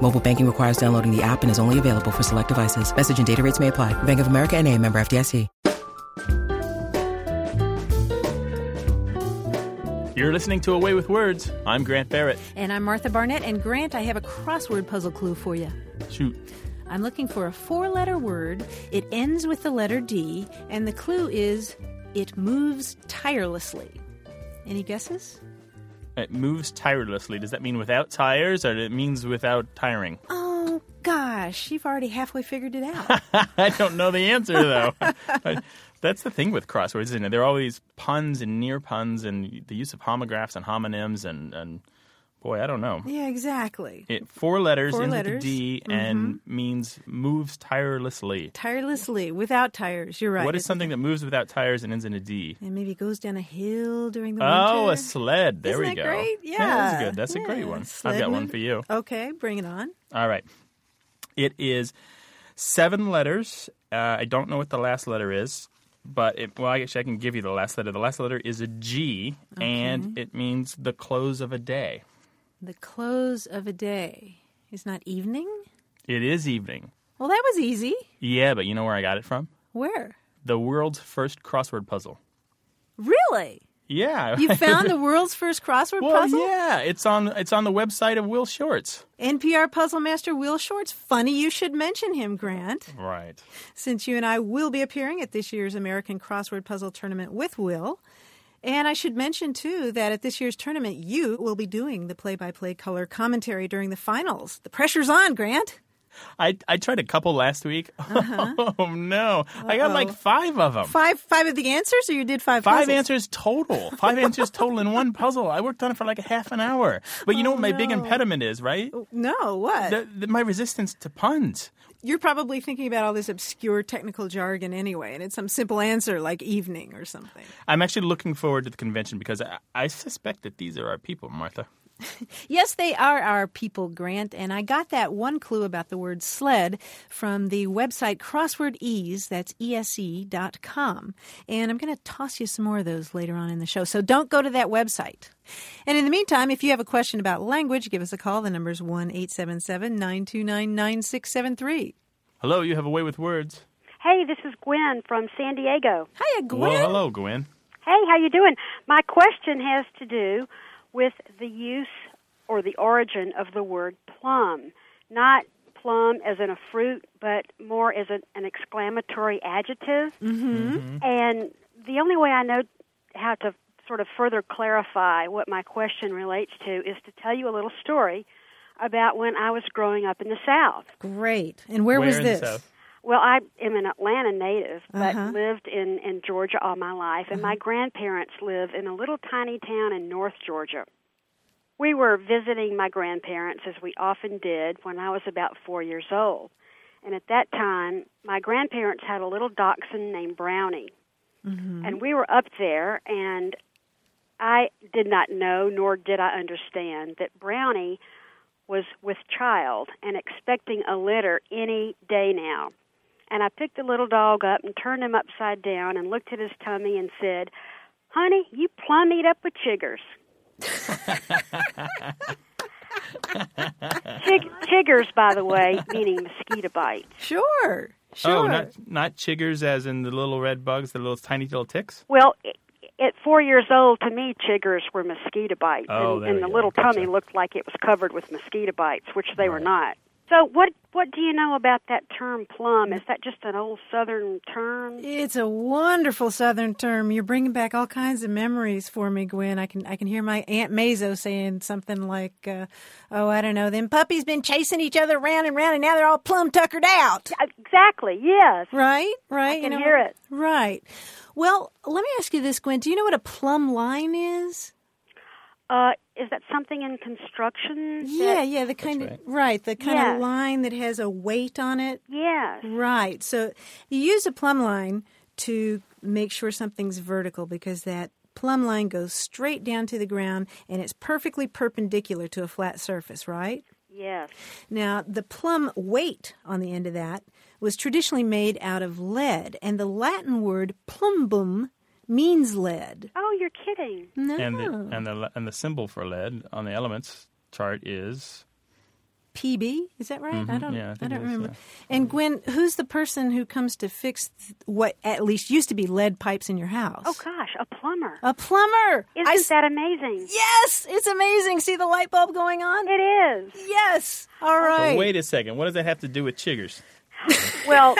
Mobile banking requires downloading the app and is only available for select devices. Message and data rates may apply. Bank of America and a member FDIC. You're listening to Away with Words. I'm Grant Barrett. And I'm Martha Barnett. And Grant, I have a crossword puzzle clue for you. Shoot. I'm looking for a four letter word. It ends with the letter D, and the clue is it moves tirelessly. Any guesses? It moves tirelessly. Does that mean without tires or it means without tiring? Oh, gosh, you've already halfway figured it out. I don't know the answer though. But That's the thing with crosswords, isn't it? There are always puns and near puns and the use of homographs and homonyms and, and boy, I don't know. yeah, exactly. It four letters Four ends letters. Mm-hmm. with a D and means moves tirelessly. Tirelessly, without tires. You're right. What is something that moves without tires and ends in a D? And maybe goes down a hill during the Oh, winter. a sled. There Isn't that we go. great? that's Yeah. good. That's a Yeah. great one. I've Sled got one move- for you. Okay, bring it on. All right. It is seven letters. Uh, I don't know what the last letter is, but it, well, actually, I can give you the last letter. The last letter is a G, and it means the close of a day. The close of a day is not evening? It is evening. Well, that was easy. Yeah, but you know where I got it from? Where? The world's first crossword puzzle. Really? Yeah. You found the world's first crossword well, puzzle? yeah. It's on. It's on the website of Will Shorts. NPR puzzle master Will Shorts. Funny you should mention him, Grant, Right. since you and I will be appearing at this year's American Crossword Puzzle Tournament with Will. And I should mention, too, that at this year's tournament, you will be doing the play by play color commentary during the finals. The pressure's on, Grant. I I tried a couple last week. Uh-huh. Oh no! I got like five of them. Five five of the answers, or you did five Um, Five puzzles? answers total. Five answers total in one puzzle. I worked on it for like a half an hour. But you know what my big impediment is, right? No, Oh, what? The, the, my resistance to puns. You're probably thinking about all this obscure technical jargon anyway, and it's some simple answer like evening or something. I'm actually looking forward to the convention because I, I suspect that these are our people, Martha. Yes, they are our people, Grant. And I got that one clue about the word sled from the website Crossword Ease, that's E ese.com. And I'm going to toss you some more of those later on in the show. So don't go to that website. And in the meantime, if you have a question about language, give us a call. The number's 1 877 929 9673. Hello, you have a way with words. Hey, this is Gwen from San Diego. Hiya, Gwen. Well, hello, Gwen. Hey, how you doing? My question has to do with the use or the origin of the word plum. Not plum as in a fruit, but more as an, an exclamatory adjective. Mm-hmm. And the only way I know how to sort of further clarify what my question relates to is to tell you a little story about when I was growing up in the South. Great. And where, was in the this? South? Well, I am an Atlanta native, but lived in, in Georgia all my life, and my grandparents live in a little tiny town in North Georgia. We were visiting my grandparents, as we often did, when I was about four years old. And at that time, my grandparents had a little dachshund named Brownie. Mm-hmm. Mm-hmm. And we were up there, and I did not know, nor did I understand, that Brownie was with child and expecting a litter any day now. And I picked the little dog up and turned him upside down and looked at his tummy and said, Honey, you plumb eat up with chiggers. Chig- chiggers, by the way, meaning mosquito bites. Sure. Sure. Oh, not not chiggers as in the little red bugs, the little tiny little ticks. Well, i- at four years old, to me, chiggers were mosquito bites, Oh, and, there and we the go. little tummy Gotcha. looked like it was covered with mosquito bites, which they were not. So, what what do you know about that term plum? Is that just an old Southern term? It's a wonderful Southern term. You're bringing back all kinds of memories for me, Gwen. I can I can hear my Aunt Mazo saying something like, uh, "Oh, I don't know. Them puppies been chasing each other round and round, and now they're all plumb tuckered out." Exactly. Yes. Right, right. can hear it. Right. Well, let me ask you this, Gwen. Do you know what a plumb line is? Uh, is that something in construction? yeah, that- yeah. The kind of right. right, the kind Yeah. of line that has a weight on it. Yes. Right. So you use a plumb line to make sure something's vertical because that plumb line goes straight down to the ground and it's perfectly perpendicular to a flat surface, right? Yes. Now, the plumb weight on the end of that was traditionally made out of lead, and the Latin word plumbum means lead. Oh, you're kidding. No. And the, and the and the symbol for lead on the elements chart is PB, is that right? I don't Mm-hmm. Yeah, I I, think don't it is, remember. yeah. Mm-hmm. And Gwen, who's the person who comes to fix th- what at least used to be lead pipes in your house? Oh gosh, a plumber. A plumber. Isn't I s- that amazing? yes, it's amazing. See the light bulb going on? It is. Yes. All But right. wait a second. What does that have to do with chiggers? Well,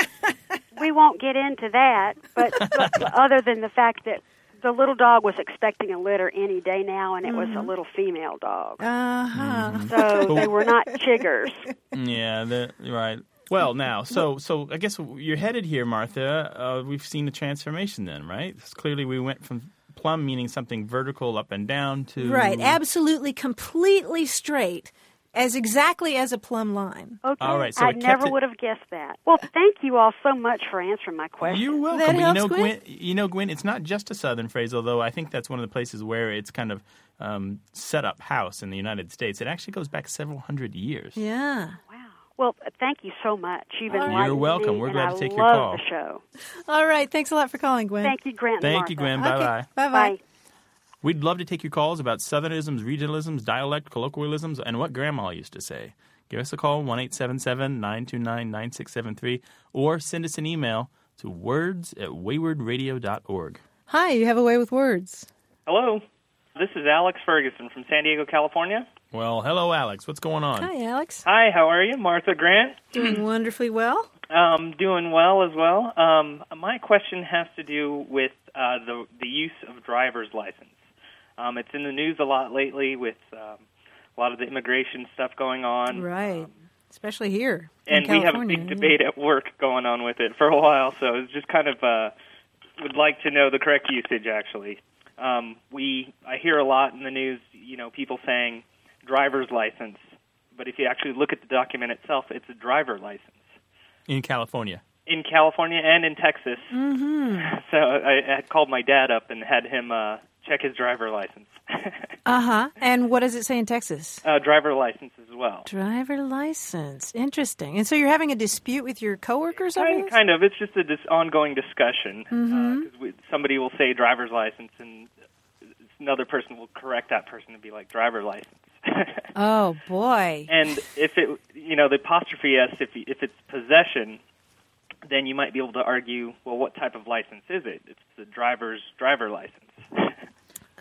we won't get into that, but, but other than the fact that the little dog was expecting a litter any day now, and it was a little female dog. Mm-hmm. Uh-huh. Mm-hmm. So they were not chiggers. Yeah, that, right. Well, now, so so I guess you're headed here, Martha. Uh, we've seen the transformation, then, right? 'Cause clearly, we went from plumb meaning something vertical up and down to Right. Absolutely completely straight as exactly as a plumb line. Okay, All right, so I it kept never it- would have guessed that. Well, thank you all so much for answering my question. You're welcome. That but helps, you know, Gwen? Gwen? You know, Gwen. It's not just a Southern phrase, although I think that's one of the places where it's kind of um, set up house in the United States. It actually goes back several hundred years. Yeah. Wow. Well, thank you so much. You've enlightened You're welcome. me, We're and glad I to take your love call. The show. All right. Thanks a lot for calling, Gwen. Thank you, Grant. and Thank you, Martha. Gwen. Bye bye. Bye Bye. bye. We'd love to take your calls about Southernisms, regionalisms, dialect, colloquialisms, and what grandma used to say. Give us a call, 1 877 929 9673, or send us an email to words at waywardradio.org. Hi, you have a way with words. Hello. This is Alex Ferguson from San Diego, California. Well, hello, Alex. What's going on? Hi, Alex. Hi, how are you? Martha Grant. Doing wonderfully well. Um, doing well as well. Um, my question has to do with uh, the the use of driver's license. Um, it's in the news a lot lately with um, a lot of the immigration stuff going on. Right. Especially here. and in we have a California. big debate at work going on with it for a while. So it's just kind of uh, would like to know the correct usage. Actually, um, we I hear a lot in the news, you know, people saying driver's license, but if you actually look at the document itself, it's a driver license In California. in California and in Texas. Mm-hmm. So I, I had called my dad up and had him uh, check his driver license, Uh huh. And what does it say in Texas? uh, driver license as well. Driver license. Interesting. And so you're having a dispute with your coworkers over Kind, this? Mm-hmm. kind of. It's just a dis- ongoing discussion. Uh, 'cause we, somebody will say driver's license, and another person will correct that person and be like driver license. Oh boy. and if it, you know, the apostrophe s, if you- if it's possession, then you might be able to argue, well, what type of license is it? It's the driver's driver license.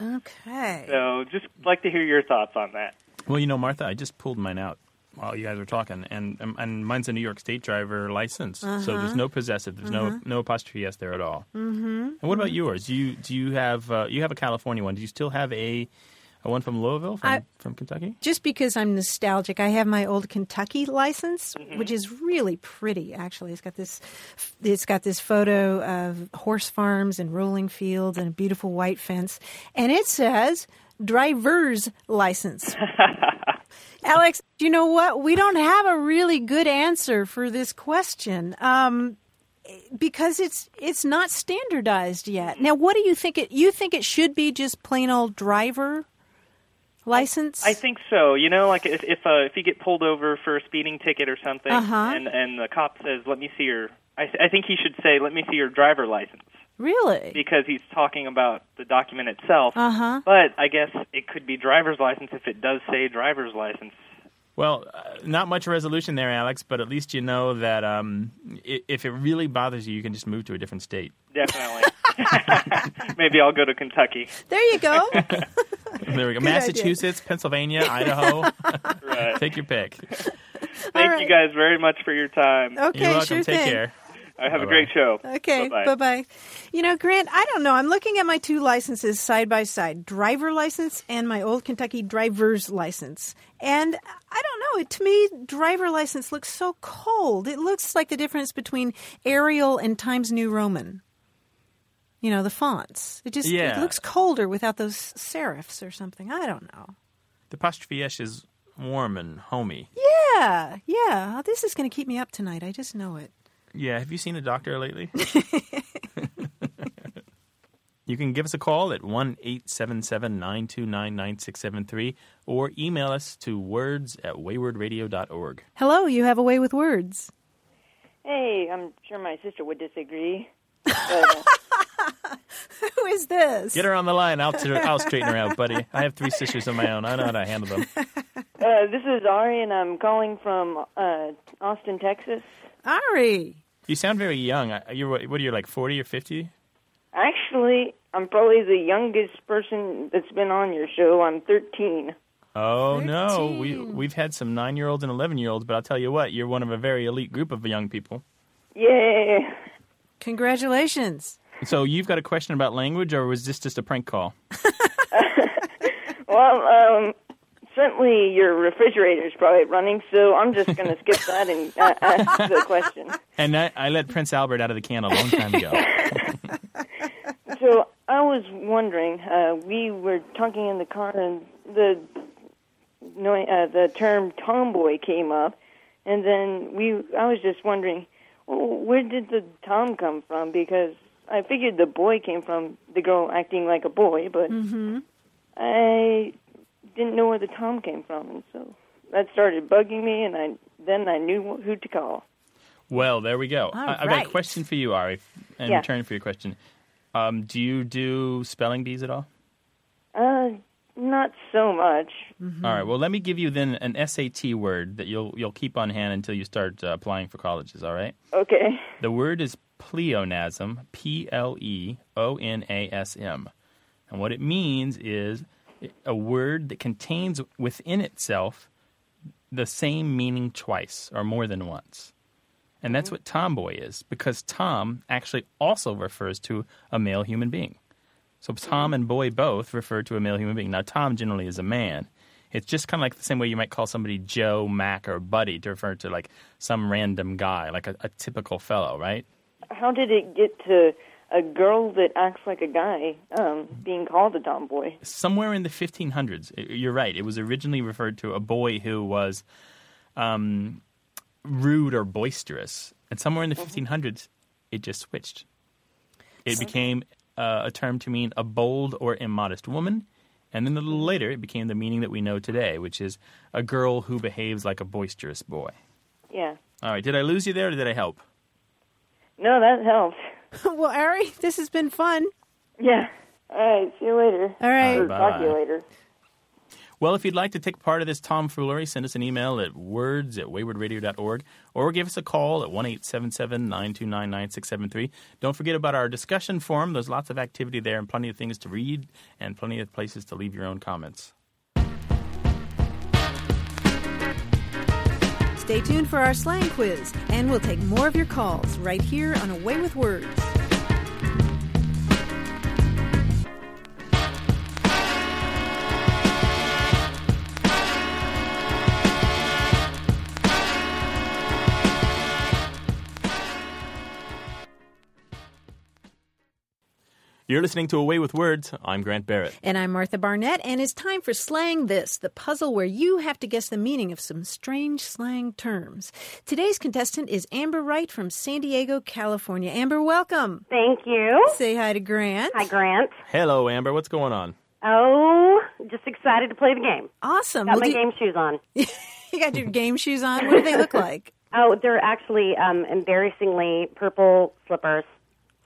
Okay. so, just like to hear your thoughts on that. Well, you know, Martha, I just pulled mine out while you guys were talking, and um, and mine's a New York State driver license, so there's no possessive, there's no no apostrophe s there at all. Mm-hmm. And what about yours? Do you do you have uh, you have a California one? Do you still have a a one from Louisville from I- from Kentucky? Just because I'm nostalgic, I have my old Kentucky license, Mm-hmm. which is really pretty. Actually, it's got this, it's got this photo of horse farms and rolling fields and a beautiful white fence, and it says driver's license. Alex, you know what? We don't have a really good answer for this question. Um, because it's it's not standardized Mm-hmm. yet. Now, what do you think it you think it should be just plain old driver license? I think so. You know, like if if, uh, if you get pulled over for a speeding ticket or something, Uh-huh. and and the cop says, "Let me see your," I, th- I think he should say, "Let me see your driver license," really. because he's talking about the document itself. Uh-huh. But I guess it could be driver's license if it does say driver's license. Well, uh, not much resolution there, Alex, but at least you know that um, i- if it really bothers you, you can just move to a different state. Definitely. Maybe I'll go to Kentucky. There you go. There we go. Massachusetts, Pennsylvania, Idaho. Right. Take your pick. Thank right. you guys very much for your time. Okay, You're welcome. sure Take thing. care. I have a Bye-bye. great show. Okay, Bye-bye. bye bye. You know, Grant, I don't know. I'm looking at my two licenses side by side driver license and my old Kentucky driver's license. And I don't know. It, to me, driver license looks so cold. It looks like the difference between Arial and Times New Roman. You know, the fonts. It just Yeah. it looks colder without those serifs or something. I don't know. The apostrophe s is warm and homey. Yeah, yeah. This is going to keep me up tonight. I just know it. Yeah, have you seen a doctor lately? You can give us a call at 1 877 929 9673 or email us to words at waywardradio.org. Hello, you have a way with words. Hey, I'm sure my sister would disagree. But, uh, Who is this? Get her on the line. I'll, I'll straighten her out, buddy. I have three sisters of my own. I know how to handle them. uh, this is Ari, and I'm calling from uh, Austin, Texas. Ari. You sound very young. I- You're, what what are you, like 40 or 50? Actually, I'm probably the youngest person that's been on your show. I'm 13. Oh no, we 13. we've had some nine-year-olds and eleven-year-olds, but I'll tell you what, you're one of a very elite group of young people. Yay! Congratulations. So you've got a question about language, or was this just a prank call? Well, um, certainly your refrigerator's probably running, so I'm just going to skip that and uh, ask the question. And I, I let Prince Albert out of the can a long time ago. So I was wondering, uh, we were talking in the car, and the noi- uh, the term tomboy came up, and then we. I was just wondering, well, where did the tom come from? Because I figured the boy came from the girl acting like a boy, but I didn't know where the tom came from, and so that started bugging me, and I then I knew who to call. well, there we go. All I, I've got right. a question for you, Ari, in Yeah. return for your question. Um, do you do spelling bees at all? Uh, not so much. Mm-hmm. All right. Well, let me give you then an SAT word that you'll you'll keep on hand until you start uh, applying for colleges. All right. Okay. The word is pleonasm, P L E O N A S M. And what it means is a word that contains within itself the same meaning twice or more than once. And that's what tomboy is, because Tom actually also refers to a male human being. So Tom and boy both refer to a male human being. Now, Tom generally is a man. It's just kind of like the same way you might call somebody Joe, Mac, or Buddy to refer to like some random guy, like a, a typical fellow, right? How did it get to a girl that acts like a guy um, being called a tomboy? Somewhere in the 1500s, I- you're right. It was originally referred to a boy who was um, rude or boisterous. And somewhere in the 1500s, it just switched. It became uh, a term to mean a bold or immodest woman. And then a little later, it became the meaning that we know today, which is a girl who behaves like a boisterous boy. Yeah. All right, did I lose you there or did I help? No, that helped. well, Ari, this has been fun. Yeah. All right. See you later. All right. Or talk to you Bye. later. Well, if you'd like to take part of this tomfoolery, send us an email at words at waywardradio.org or give us a call at 1 877 929 9673. Don't forget about our discussion forum. There's lots of activity there and plenty of things to read and plenty of places to leave your own comments. Stay tuned for our slang quiz, and we'll take more of your calls right here on Away with Words. You're listening to Away with Words. I'm Grant Barrett. And I'm Martha Barnett, and it's time for Slang This, the puzzle where you have to guess the meaning of some strange slang terms. Today's contestant is Amber Wright from San Diego, California. Amber, welcome. Thank you. Say hi to Grant. Hi, Grant. Hello, Amber. What's going on? Oh, just excited to play the game. Awesome. Got Well, my do- game shoes on. you got your game shoes on. What do they look like? Oh, they're actually um, embarrassingly purple slippers.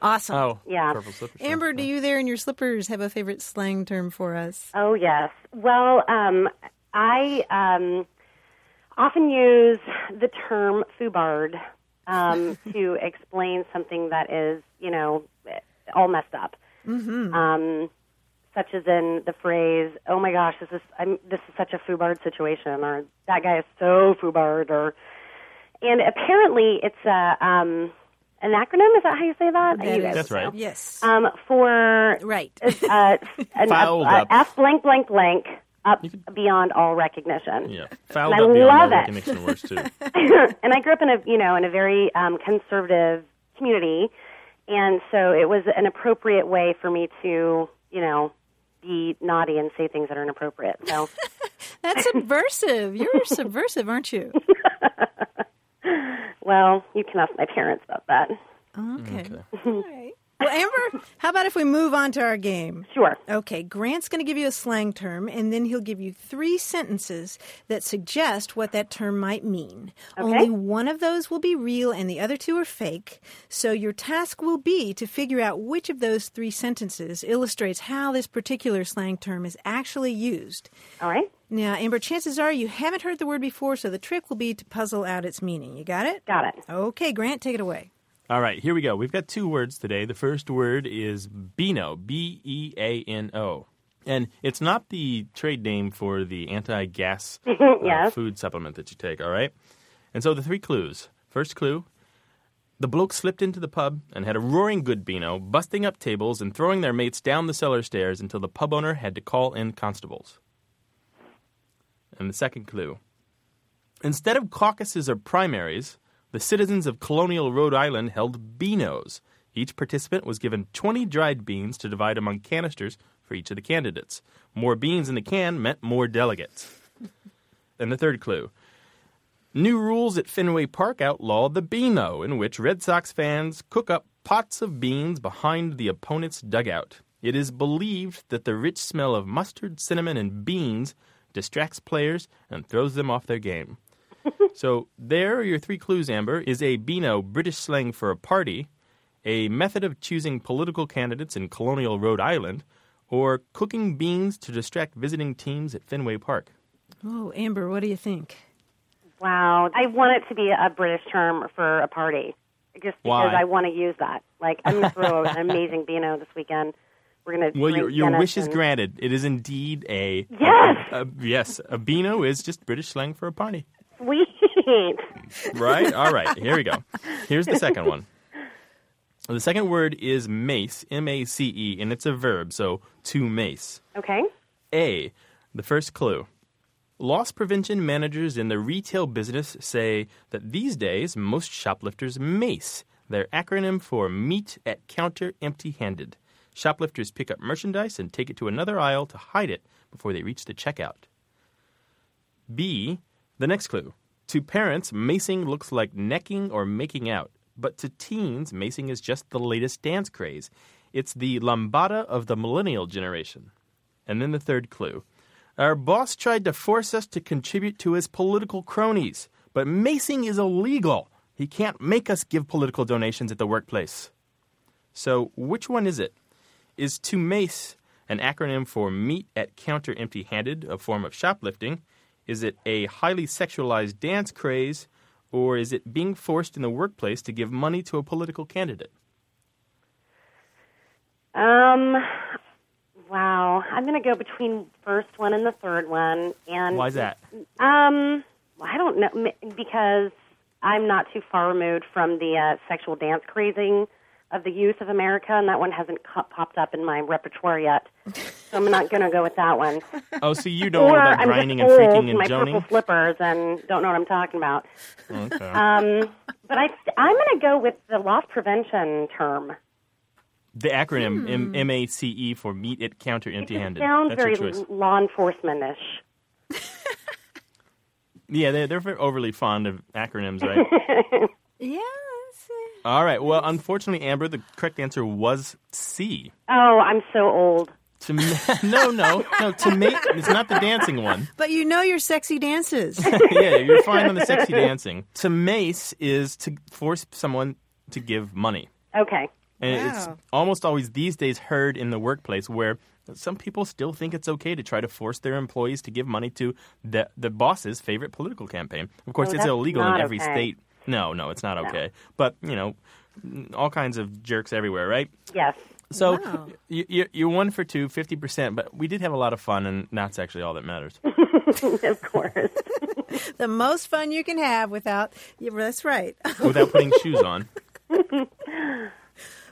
Awesome. Oh, Yeah. Purple slippers. Amber, do you there in your slippers have a favorite slang term for us? Oh yes. Well, um, I um, often use the term "foobard" um, to explain something that is, you know, all messed up. Mm-hmm. Uh, Um, such as in the phrase, "Oh my gosh, this is I'm, this is such a foobard situation," or "That guy is so foobard," or and apparently it's a um, an acronym. Is that how you say that? That You is- guys That's right. Yes. um, for Right. uh, an Fouled F, up. uh, F blank blank blank up beyond all recognition. Yeah. Fouled I up beyond love all it. recognition words, too. And I grew up in a you know in a very um, conservative community, and so it was an appropriate way for me to you know be naughty and say things that are inappropriate. So That's subversive. You're subversive, aren't you? well, you can ask my parents about that. Okay. All right. Well, Amber, how about if we move on to our game? Sure. Okay, Grant's going to give you a slang term, and then he'll give you three sentences that suggest what that term might mean. Only one of those will be real, and the other two are fake. So your task will be to figure out which of those three sentences illustrates how this particular slang term is actually used. All right. Now, Amber, chances are you haven't heard the word before, so the trick will be to puzzle out its meaning. You got it? Got it. Okay, Grant, take it away. All right, here we go. We've got two words today. The first word is Beano, B E A N O. And it's not the trade name for the anti gas Yes. food supplement that you take, all right? And so the three clues. First clue the bloke slipped into the pub and had a roaring good Beano, busting up tables and throwing their mates down the cellar stairs until the pub owner had to call in constables. And the second clue Instead of caucuses or primaries, the citizens of colonial Rhode Island held beanos. Each participant was given 20 dried beans to divide among canisters for each of the candidates. More beans in the can meant more delegates. and the third clue. New rules at Fenway Park outlaw the beano, in which Red Sox fans cook up pots of beans behind the opponent's dugout. It is believed that the rich smell of mustard, cinnamon, and beans distracts players and throws them off their game. So there are your three clues, Amber, is a Beano British slang for a party, a method of choosing political candidates in colonial Rhode Island, or cooking beans to distract visiting teams at Fenway Park. Oh, Amber, what do you think? Wow. I want it to be a British term for a party, just because Why? I want to use that. Like, I'm going to throw an amazing Beano this weekend. We're going to. Well, your, your wish is granted. It is indeed a Yes! a- yes, a Beano is just British slang for a party. Sweet. Right? All right, here we go. Here's the second one. The second word is mace, M A C E, and it's a verb, so to mace. Okay. A. The first clue. Loss prevention managers in the retail business say that these days most shoplifters mace, their acronym for meet at counter empty handed. Shoplifters pick up merchandise and take it to another aisle to hide it before they reach the checkout. B. The next clue. To parents, macing looks like necking or making out, but to teens, macing is just the latest dance craze. It's the lambada of the millennial generation. And then the third clue. Our boss tried to force us to contribute to his political cronies, but macing is illegal. He can't make us give political donations at the workplace. So, which one is it? Is to mace an acronym for meet at counter empty handed, a form of shoplifting? Is it a highly sexualized dance craze? Or is it being forced in the workplace to give money to a political candidate? Um, wow. I'm going to go between first one and the third one. And Why is that? Um, well, I don't know m- because I'm not too far removed from the uh, sexual dance crazing of the youth of America, and that one hasn't co- popped up in my repertoire yet. So I'm not going to go with that one. Oh, so you don't know Or about I'm grinding just and old freaking in and my joning? purple slippers and don't know what I'm talking about. Okay. Um, but I, I'm going to go with the loss prevention term. The acronym M- MACE for meet at counter empty Hmm. It handed. sounds That's very your choice. law enforcement-ish. Yeah, they're, they're very overly fond of acronyms, right? Yes. All right. Well, unfortunately, Amber, the correct answer was C. Oh, I'm so old. To ma- no, no, no. To mate, it's not the dancing one. But you know your sexy dances. yeah, you're fine on the sexy dancing. To mace is to force someone to give money. Okay. And it's Wow. almost always these days heard in the workplace where some people still think it's okay to try to force their employees to give money to the, the boss's favorite political campaign. Of course, Oh, it's that's illegal in not every okay. state. No, no, it's not okay. But, you know, all kinds of jerks everywhere, right? Yes. So Wow. you, you, you're one for two, 50%, but we did have a lot of fun, and that's actually all that matters. of course. the most fun you can have without. yeah, That's right. Without putting shoes on.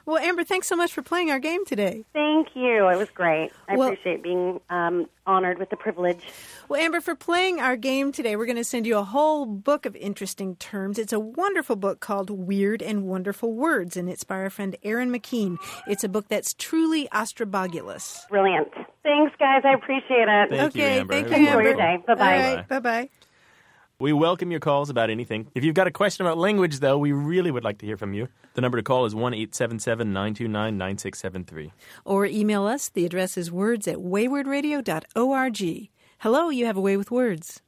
Well, Amber, thanks so much for playing our game today. Thank you. It was great. I Well- appreciate being um, honored with the privilege. Well, Amber, for playing our game today, we're going to send you a whole book of interesting terms. It's a wonderful book called Weird and Wonderful Words, and it's by our friend Aaron McKean. It's a book that's truly astrobogulous. Brilliant. Thanks, guys. I appreciate it. Thank you, okay, Amber. thank It was you, Enjoy Amber. your day. Bye bye. Bye bye. We welcome your calls about anything. If you've got a question about language, though, we really would like to hear from you. The number to call is 1 877 929 9673. Or email us. The address is words at waywardradio.org. Hello, you have a way with words.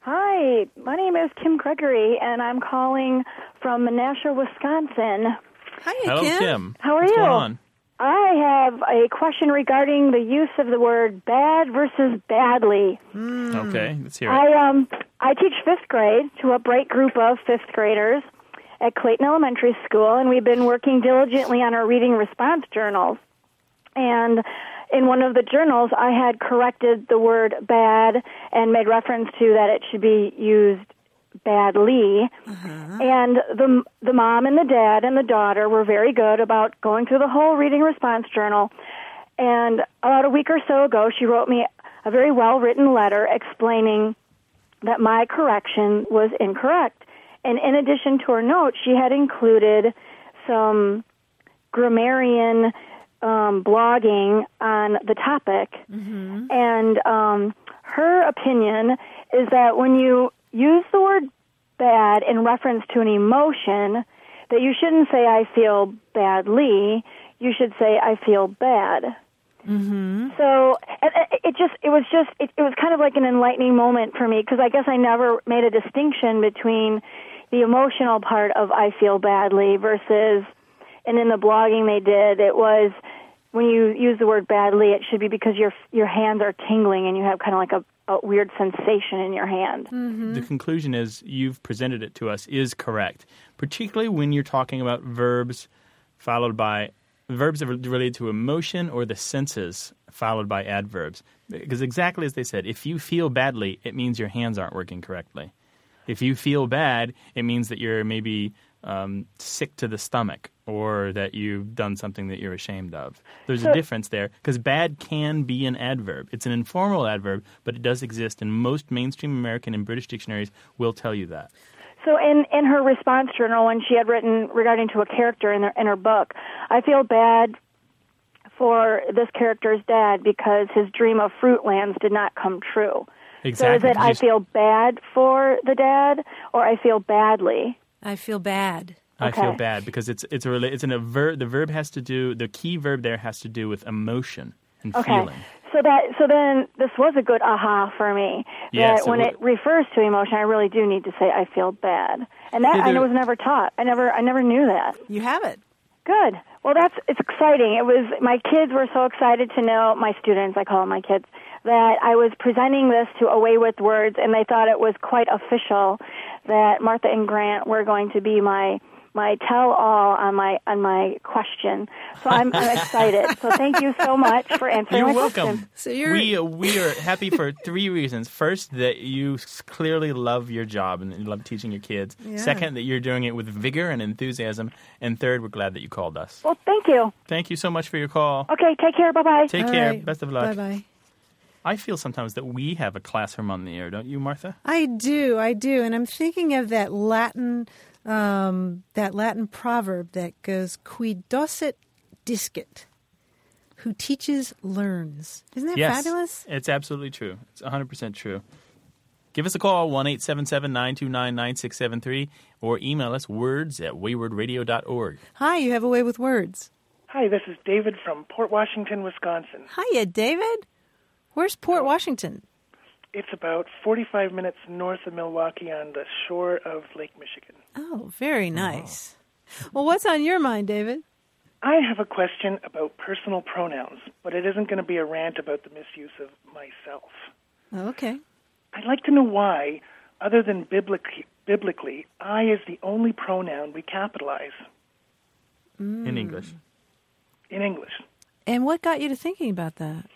Hi, my name is Kim Gregory, and I'm calling from Menasha, Wisconsin. Hi, Hello, Kim. Kim. How are Mm. What's you? Going on? I have a question regarding the use of the word bad versus badly. Okay, let's hear it. Hmm. I um I teach fifth grade to a bright group of fifth graders at Clayton Elementary School, and we've been working diligently on our reading response journals. And in one of the journals, I had corrected the word bad and made reference to that it should be used badly. And the the mom and the dad and the daughter were very good about going through the whole reading response journal. And about a week or so ago, she wrote me a very well written letter explaining that my correction was incorrect. And in addition to her note, she had included some grammarian um, blogging on the topic. And um, her opinion is that when you use the word bad in reference to an emotion, that you shouldn't say, I feel badly. You should say, I feel bad. So and and it just it was just it, it was kind of like an enlightening moment for me because I guess I never made a distinction between the emotional part of I feel badly versus and in the blogging they did it was when you use the word badly it should be because your your hands are tingling and you have kind of like a, a weird sensation in your hand. The conclusion is you've presented it to us is correct, particularly when you're talking about verbs followed by verbs that are related to emotion or the senses followed by adverbs. Because exactly as they said, if you feel badly, it means your hands aren't working correctly. If you feel bad, it means that you're maybe um, sick to the stomach or that you've done something that you're ashamed of. There's a difference there because bad can be an adverb. It's an informal adverb, but it does exist, and most mainstream American and British dictionaries will tell you that. So in in her response journal, when she had written regarding to a character in her in her book, I feel bad for this character's dad because his dream of Fruitlands did not come true. So Exactly. is it I Just- feel bad for the dad or I feel badly? I feel bad. I feel Okay. bad because it's it's a rela- it's an a verb. The verb has to do the key verb there has to do with emotion and Okay. feeling. So that so then this was a good aha for me Yes, that it when wa- it refers to emotion, I really do need to say I feel bad, and that Yeah, I there- was never taught. I never I never knew that. You have it. Good. Well, that's it's exciting. It was my kids were so excited to know my students. I call them my kids that I was presenting this to Away with Words, and they thought it was quite official that Martha and Grant were going to be my my tell all on my on my question. So I'm, I'm excited. So thank you so much for answering You're my welcome. question. So you're- we uh, we are happy for three reasons. First, that you s- clearly love your job and you love teaching your kids. Yeah. Second, that you're doing it with vigor and enthusiasm. And third, we're glad that you called us. Well, thank you. Thank you so much for your call. Okay, take care. Bye bye. Take care. Best of luck. Bye bye. I feel sometimes that we have a classroom on the air, don't you, Martha? I do, I do, and I'm thinking of that Latin, um, that Latin proverb that goes "qui docet discet," who teaches learns. Isn't that yes. fabulous? It's absolutely true. It's 100% true. Give us a call, 1 877 929 9673, or email us words at waywardradio.org. Hi, you have a way with words. Hi, this is David from Port Washington, Wisconsin. Hiya, David. Where's Port Washington? It's about 45 minutes north of Milwaukee on the shore of Lake Michigan. Oh, very nice. Well, what's on your mind, David? I have a question about personal pronouns, but it isn't going to be a rant about the misuse of myself. Oh, Okay. I'd like to know why, other than biblically, biblically I is the only pronoun we capitalize Mm. in English. in English. And what got you to thinking about that?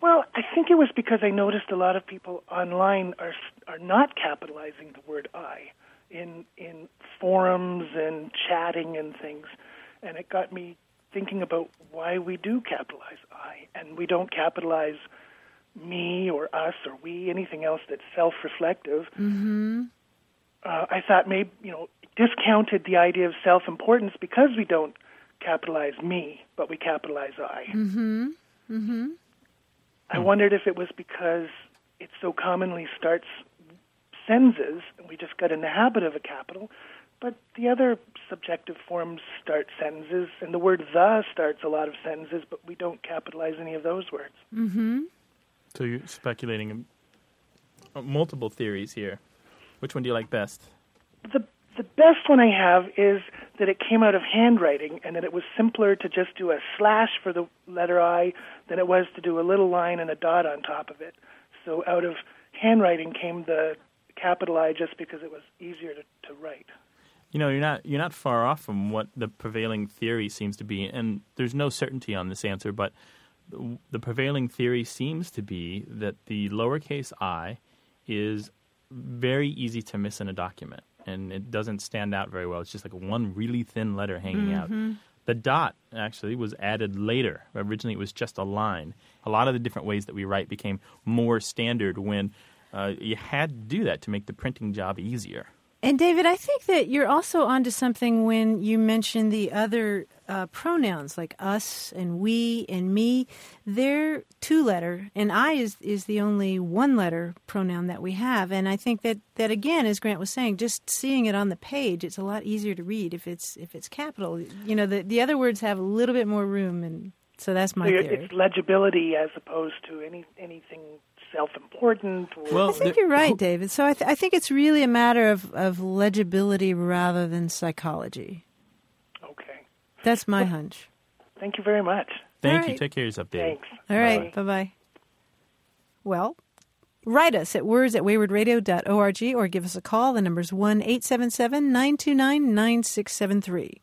Well, I think it was because I noticed a lot of people online are are not capitalizing the word I in in forums and chatting and things, and it got me thinking about why we do capitalize I and we don't capitalize me or us or we anything else that's self-reflective. Mm-hmm. Uh, I thought maybe you know discounted the idea of self-importance because we don't capitalize me, but we capitalize I. I wondered if it was because it so commonly starts senses, and we just got in the habit of a capital. But the other subjective forms start sentences, and the word the starts a lot of sentences, but we don't capitalize any of those words. Mm-hmm. So you're speculating um, multiple theories here. Which one do you like best? The the best one I have is that it came out of handwriting and that it was simpler to just do a slash for the letter I than it was to do a little line and a dot on top of it. So out of handwriting came the capital I just because it was easier to, to write. You know, you're not you're not far off from what the prevailing theory seems to be, and there's no certainty on this answer, but the- the prevailing theory seems to be that the lowercase i is very easy to miss in a document, and it doesn't stand out very well. It's just like one really thin letter hanging out. Mm-hmm. Mhm. The dot actually was added later. Originally, it was just a line. A lot of the different ways that we write became more standard when uh, you had to do that to make the printing job easier. And David, I think that you're also onto something when you mention the other uh, pronouns like us and we and me. They're two letter, and I is is the only one letter pronoun that we have. And I think that that again, as Grant was saying, just seeing it on the page, it's a lot easier to read if it's if it's capital. You know, the the other words have a little bit more room, and so that's my So you're- theory. it's legibility as opposed to any anything self-important. Or Well, I think you're right, David. So I, th- I think it's really a matter of, of legibility rather than psychology. Okay. That's my hunch. Thank you very much. Thank All you. right. Take care of yourself, David. Thanks. All right. Bye bye. Well, write us at words at waywardradio.org or give us a call. The number's 1 877 929 9673.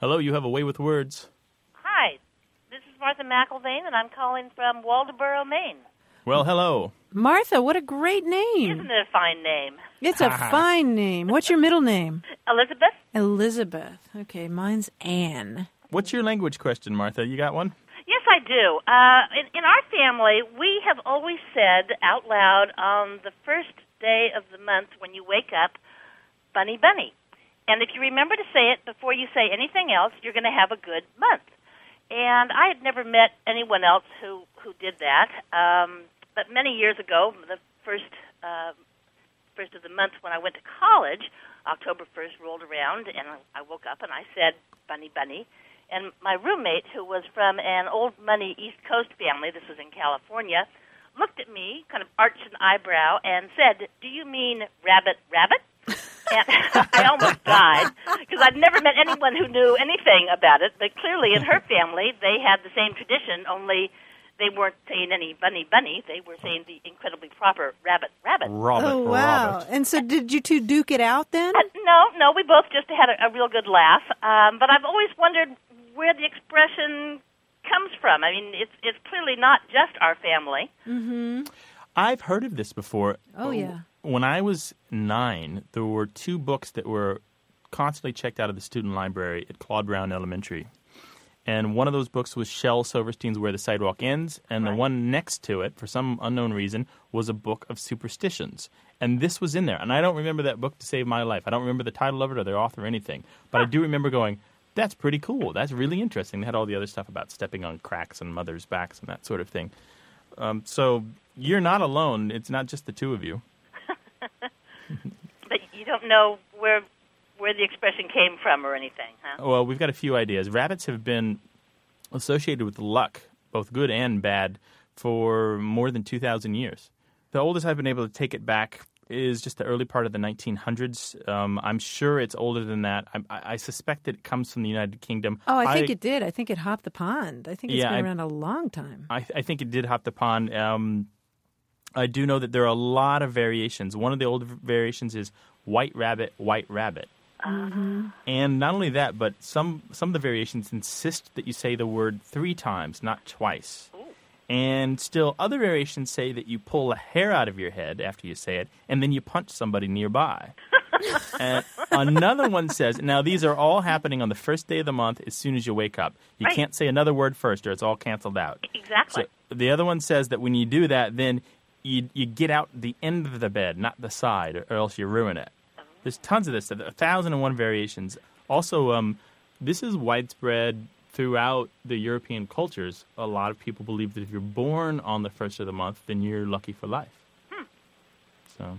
Hello, you have a way with words. Hi, this is Martha McElvain, and I'm calling from Waldoboro, Maine. Well, hello. Martha, what a great name. Isn't it a fine name? It's a fine name. What's your middle name? Elizabeth? Elizabeth. Okay, mine's Anne. What's your language question, Martha? You got one? Yes, I do. Uh, in, in our family, we have always said out loud on the first day of the month when you wake up, bunny, bunny. And if you remember to say it before you say anything else, you're going to have a good month. And I had never met anyone else who, who did that. Um, but many years ago, the first, uh, first of the month when I went to college, October 1st rolled around, and I woke up and I said, bunny, bunny. And my roommate, who was from an old money East Coast family, this was in California, looked at me, kind of arched an eyebrow, and said, Do you mean rabbit, rabbit? And I almost died because I'd never met anyone who knew anything about it. But clearly, in her family, they had the same tradition, only they weren't saying any bunny, bunny. They were saying the incredibly proper rabbit, rabbit. oh, wow. And so did you two duke it out then? No, no, we both just had a, a real good laugh. Um, but I've always wondered where the expression comes from. I mean, it's it's clearly not just our family. Mm-hmm. I've heard of this before. Oh, yeah. When I was nine, there were two books that were constantly checked out of the student library at Claude Brown Elementary. And one of those books was Shel Silverstein's Where the Sidewalk Ends, and the one next to it, for some unknown reason, was a book of superstitions. And this was in there. And I don't remember that book to save my life. I don't remember the title of it or the author or anything. But I do remember going, that's pretty cool. That's really interesting. They had all the other stuff about stepping on cracks and mothers' backs and that sort of thing. Um, so you're not alone. It's not just the two of you. But you don't know where where the expression came from or anything, huh? Well, we've got a few ideas. Rabbits have been associated with luck, both good and bad, for more than 2,000 years. The oldest I've been able to take it back is just the early part of the 1900s. Um, I'm sure it's older than that. I, I I suspect that it comes from the United Kingdom. Oh, I think it did. I think it hopped the pond. I think it's Yeah, been I- around a long time. I, I think it did hop the pond. Um, I do know that there are a lot of variations. One of the old variations is white rabbit, white rabbit. Uh-huh. Mm-hmm. And not only that, but some some of the variations insist that you say the word three times, not twice. And still, other variations say that you pull a hair out of your head after you say it, and then you punch somebody nearby. and another one says, now these are all happening on the first day of the month as soon as you wake up. You Right. can't say another word first, or it's all canceled out. Exactly. So the other one says that when you do that, then you you get out the end of the bed, not the side, or, or else you ruin it. There's tons of this stuff, a thousand and one variations. Also, um, this is widespread throughout the European cultures. A lot of people believe that if you're born on the first of the month, then you're lucky for life. So,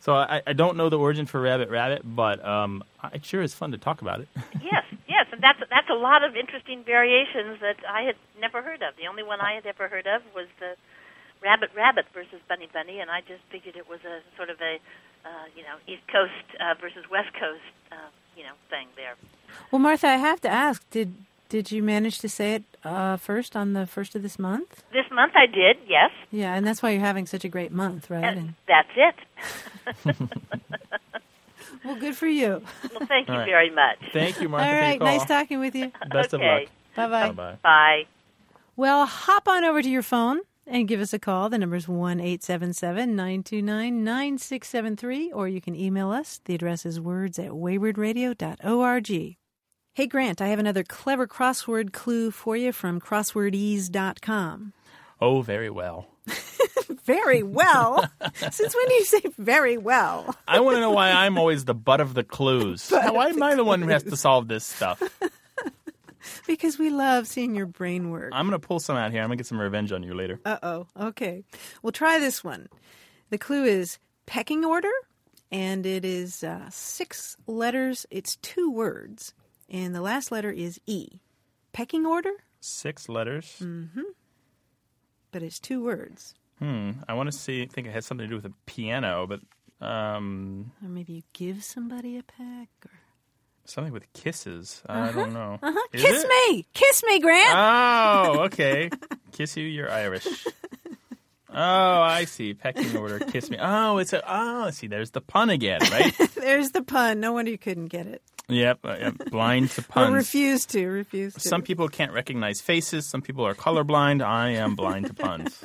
So I, I don't know the origin for Rabbit Rabbit, but um, it sure is fun to talk about it. yes, yes, and that's that's a lot of interesting variations that I had never heard of. The only one I had ever heard of was the rabbit rabbit versus bunny bunny, and I just figured it was a sort of a uh, you know East Coast uh, versus West Coast uh, you know thing there. Well, Martha, I have to ask did did you manage to say it uh, first on the first of this month? This month I did, yes. Yeah, and that's why you're having such a great month, right? And And- that's it. well, good for you. Well, thank you All right. very much. Thank you, Martha. All for your right, call. nice talking with you. Best Okay. of luck. Bye-bye. Bye. Bye. Well, hop on over to your phone and give us a call. The number is 1 877 929 9673, or you can email us. The address is words at waywardradio.org. Hey, Grant, I have another clever crossword clue for you from crosswordease.com. Oh, very well. Very well. Since when do you say very well? I want to know why I'm always the butt of the clues. why am I the one who has to solve this stuff? Because we love seeing your brain work. I'm going to pull some out here. I'm going to get some revenge on you later. Uh oh. Okay. We'll try this one. The clue is pecking order, and it is uh, six letters. It's two words, and the last letter is E. Pecking order, Six letters. Hmm. but it's two words. Hmm. I want to see. think it has something to do with a piano, but um, Or maybe you give somebody a peck. something with kisses. I don't know. Uh huh. Is Kiss it? me. Kiss me, Grant. Oh, okay. Kiss you, you're Irish. Oh, I see. Pecking order. Kiss me. Oh, it's a. Oh, see, there's the pun again, right? There's the pun. No wonder you couldn't get it. yep. I am blind to Or puns. refuse to. Refuse to. Some people can't recognize faces. Some people are colorblind. I am blind to puns.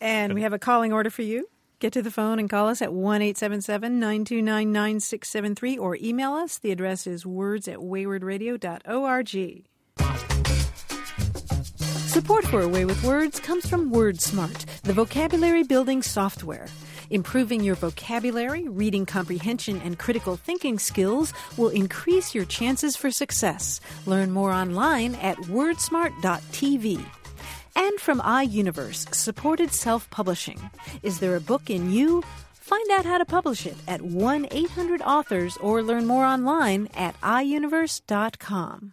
And we have a calling order for you. Get to the phone and call us at 1 877 929 9673 or email us. The address is words at waywardradio.org. Support for Away with Words comes from WordSmart, the vocabulary building software. Improving your vocabulary, reading comprehension, and critical thinking skills will increase your chances for success. Learn more online at wordsmart.tv. And from iUniverse, supported self publishing. Is there a book in you? Find out how to publish it at 1 800 authors or learn more online at iUniverse.com.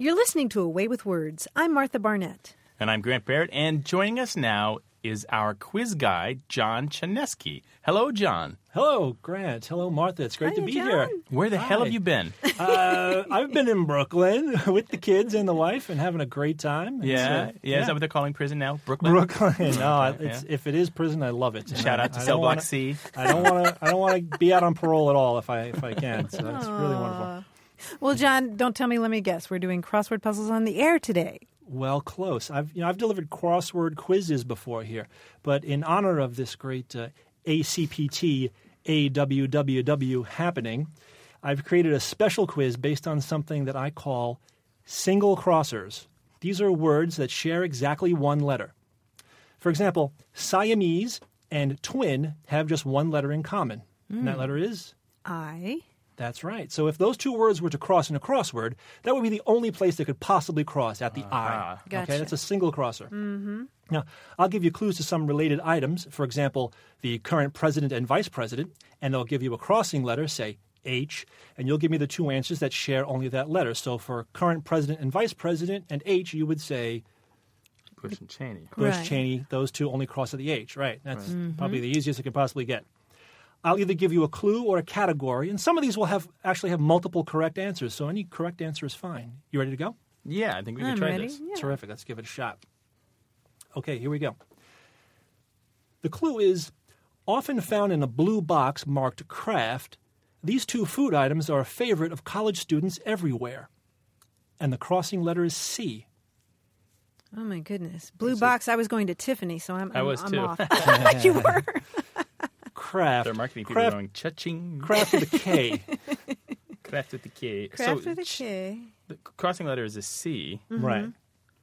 You're listening to Away with Words. I'm Martha Barnett. And I'm Grant Barrett. And joining us now is our quiz guy, John Chinesky. Hello, John. Hello, Grant. Hello, Martha. It's great to be here. Where the hell have you been? Uh, I've been in Brooklyn with the kids and the wife and having a great time. It's, Yeah, uh, yeah, Is that what they're calling prison now? Brooklyn. Brooklyn. No, I- Okay, it's, yeah. if it is prison, I love it. And Shout I- out to I don't Cell Block wanna- C. I don't want to. I don't want to be out on parole at all if I if I can. So it's really wonderful. Well, John, don't tell me, let me guess. We're doing crossword puzzles on the air today. Well, close. I've you know I've delivered crossword quizzes before here, but in honor of this great uh, ACPT AWWW happening, I've created a special quiz based on something that I call single crossers. These are words that share exactly one letter. For example, Siamese and twin have just one letter in common. And that Mm. letter is I. that's right. So if those two words were to cross in a crossword, that would be the only place they could possibly cross at the I. Gotcha. Okay, that's a single crosser. Mm-hmm. Now, I'll give you clues to some related items. For example, the current president and vice president, and they'll give you a crossing letter, say H, and you'll give me the two answers that share only that letter. So for current president and vice president and H, you would say Bush and Cheney. Bush, Right. Cheney, those two only cross at the H, right? That's Right. Mhm. probably the easiest it could possibly get. I'll either give you a clue or a category, and some of these will have actually have multiple correct answers, so any correct answer is fine. You ready to go? Yeah, I think we can I'm try ready, this. yeah. Terrific. Let's give it a shot. Okay, here we go. The clue is often found in a blue box marked craft. These two food items are a favorite of college students everywhere. And the crossing letter is C. Oh, my goodness. Blue box, I was going to Tiffany, so I'm, I'm, I was I'm too. off. you were. Craft. Their marketing people Craft- are going cha-ching. Craft with a K. Craft with the K. Craft so with a K. the crossing letter is a C. Mm-hmm. Mhm.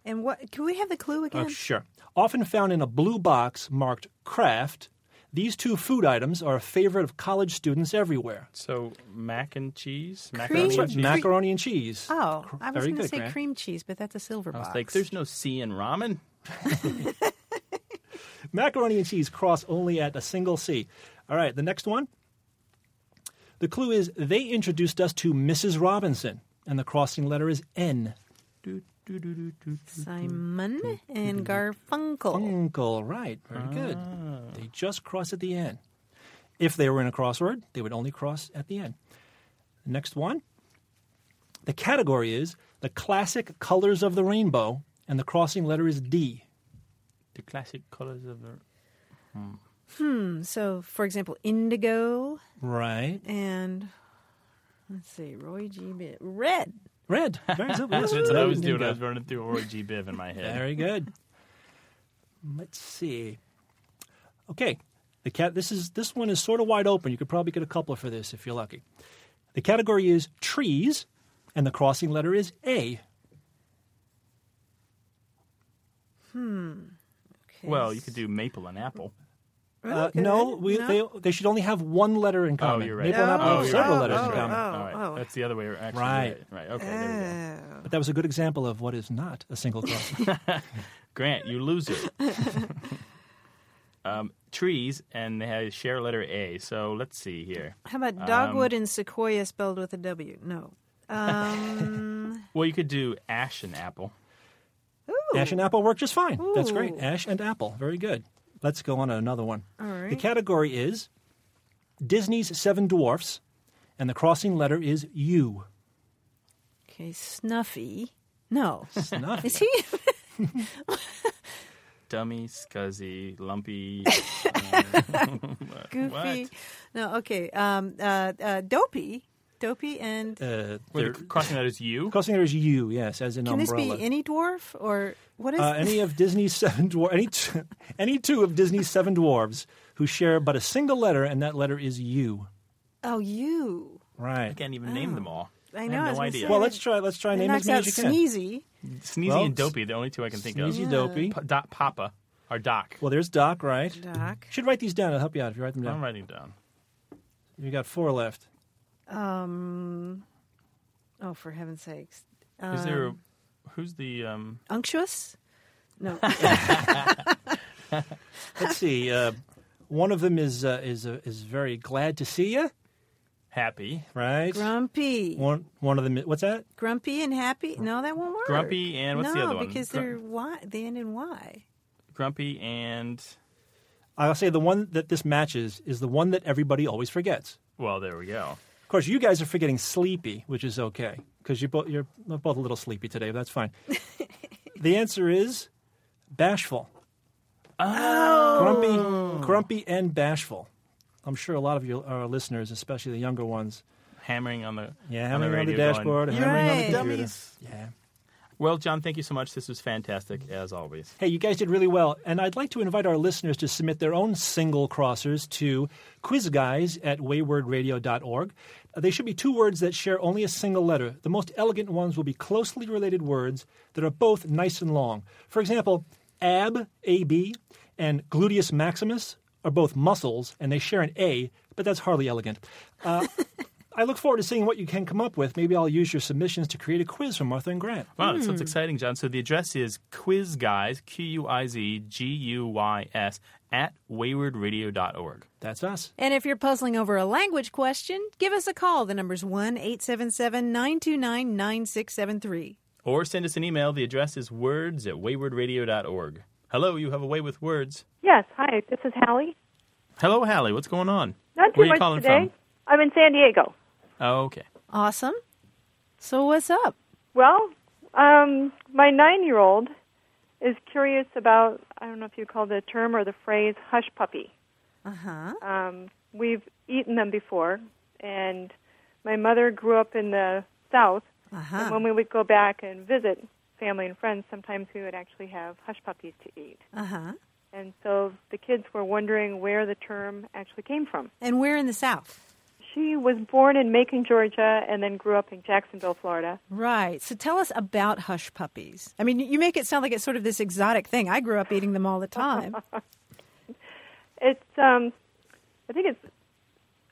And what? Can we have the clue again? Oh, sure. Often found in a blue box marked craft, these two food items are a favorite of college students everywhere. So mac and cheese. That's Macaroni right, and cheese. Macaroni and cheese. Oh, Cr- I was very going to good, say Grant. cream cheese, but that's a silver I box. was like, there's no C in ramen. Macaroni and cheese cross only at a single C. All right, the next one. The clue is they introduced us to Mrs. Robinson, and the crossing letter is N. Simon and Garfunkel. Uncle, right. Very good. Ah. They just cross at the end. If they were in a crossword, they would only cross at the end. Next one. The category is the classic colors of the rainbow, and the crossing letter is D. The classic colors of the. Hmm. So, for example, indigo Right. and let's see, Roy G. Biv. Red. Red. Very simple. That's Yes, what I red was and doing. I indigo. was running through Roy G. Biv in my head. Very good. Let's see. Okay, the cat. This is this one is sort of wide open. You could probably get a couple for this if you're lucky. The category is trees, and the crossing letter is A. Hmm. Well, you could do maple and apple. Uh, no, we, No? They, they should only have one letter in common. Oh, you're right. Maple and apple oh, have you're several right. letters That's in right. common. All right. oh. Ah. That's the other way. Actually, Right. Right. Okay. There we go. But that was a good example of what is not a single crossing. Grant, you lose it. um, trees, and they have share letter A. So let's see here. Um, How Um, about dogwood and sequoia spelled with a W? No. Um, Well, you could do ash and apple. Ash and apple work just fine. That's great. Ooh. Ash and apple. Very good. Let's go on to another one. all right. The category is Disney's Seven Dwarfs, and the crossing letter is U. okay, snuffy. No. Snuffy. Is he? Dummy, scuzzy, lumpy. um, Goofy. No, okay. Um, uh, uh, dopey. Dopey and. Uh, Well, the the crossing letter is U. crossing letter is U, yes, as an Can this umbrella. be any dwarf or what is uh, any of Disney's seven dwarfs, any, t- any two of Disney's seven dwarves who share but a single letter, and that letter is U. Oh, you. Right. I can't even name them all. Oh. I I know, I have was no gonna idea. say- Well, let's try. Let's try and It name knocks as many out as you can. sneezy. Sneezy well, and Dopey, the only two I can think Sneezy of. dopey. Pa- Doc, Papa, or Doc. Well, there's Doc, right? Doc. Should write these down. I'll help you out if you write them down. I'm writing down. You got four left. Um, oh, for heaven's sakes. Um, Is there? A, who's the? Um, Unctuous? No. Let's see. Uh, one of them is uh, is uh, is very glad to see you, happy, right? Grumpy. One one of them. What's that? Grumpy and happy. No, that won't work. Grumpy and what's no, the other one? because Gru- they're y. They end in y. grumpy and I'll say the one that this matches is the one that everybody always forgets. well, there we go. Of course, you guys are forgetting sleepy, which is okay because you both you're both a little sleepy today. But that's fine. the answer is bashful. Oh, grumpy, grumpy, and bashful. I'm sure a lot of your our listeners, especially the younger ones, Hammering on the yeah, on hammering the, on the, radio going, dashboard, hammering on the Right. computer. Dummies. Yeah. Well, John, thank you so much. This was fantastic as always. Hey, you guys did really well, and I'd like to invite our listeners to submit their own single crossers to quizguys at waywardradio.org. Uh, They should be two words that share only a single letter. The most elegant ones will be closely related words that are both nice and long. For example, ab, ab, and gluteus maximus are both muscles, and they share an a, but that's hardly elegant. Uh, I look forward to seeing what you can come up with. Maybe I'll use your submissions to create a quiz for Martha and Grant. Wow, that sounds exciting, John. So the address is quizguys, Q U I Z G U Y S, at waywardradio.org. That's us. And if you're puzzling over a language question, give us a call. The number's 1 877 929 9673. Or send us an email. The address is words at waywardradio.org. Hello, you have a way with words. Yes, hi, this is Hallie. Hello, Hallie. What's going on? Not too Where are you much calling today. I'm in San Diego. from? Oh, okay. Awesome. So, what's up? Well, um, my nine-year-old is curious about, I don't know if you call the term or the phrase, hush puppy. Uh huh. Um, we've eaten them before, and my mother grew up in the South. Uh And huh. when we would go back and visit family and friends, sometimes we would actually have hush puppies to eat. Uh huh. And so the kids were wondering where the term actually came from. And we're in the South. She was born in Macon, Georgia, and then grew up in Jacksonville, Florida. Right. So tell us about hush puppies. I mean, you make it sound like it's sort of this exotic thing. I grew up eating them all the time. It's, um, I think it's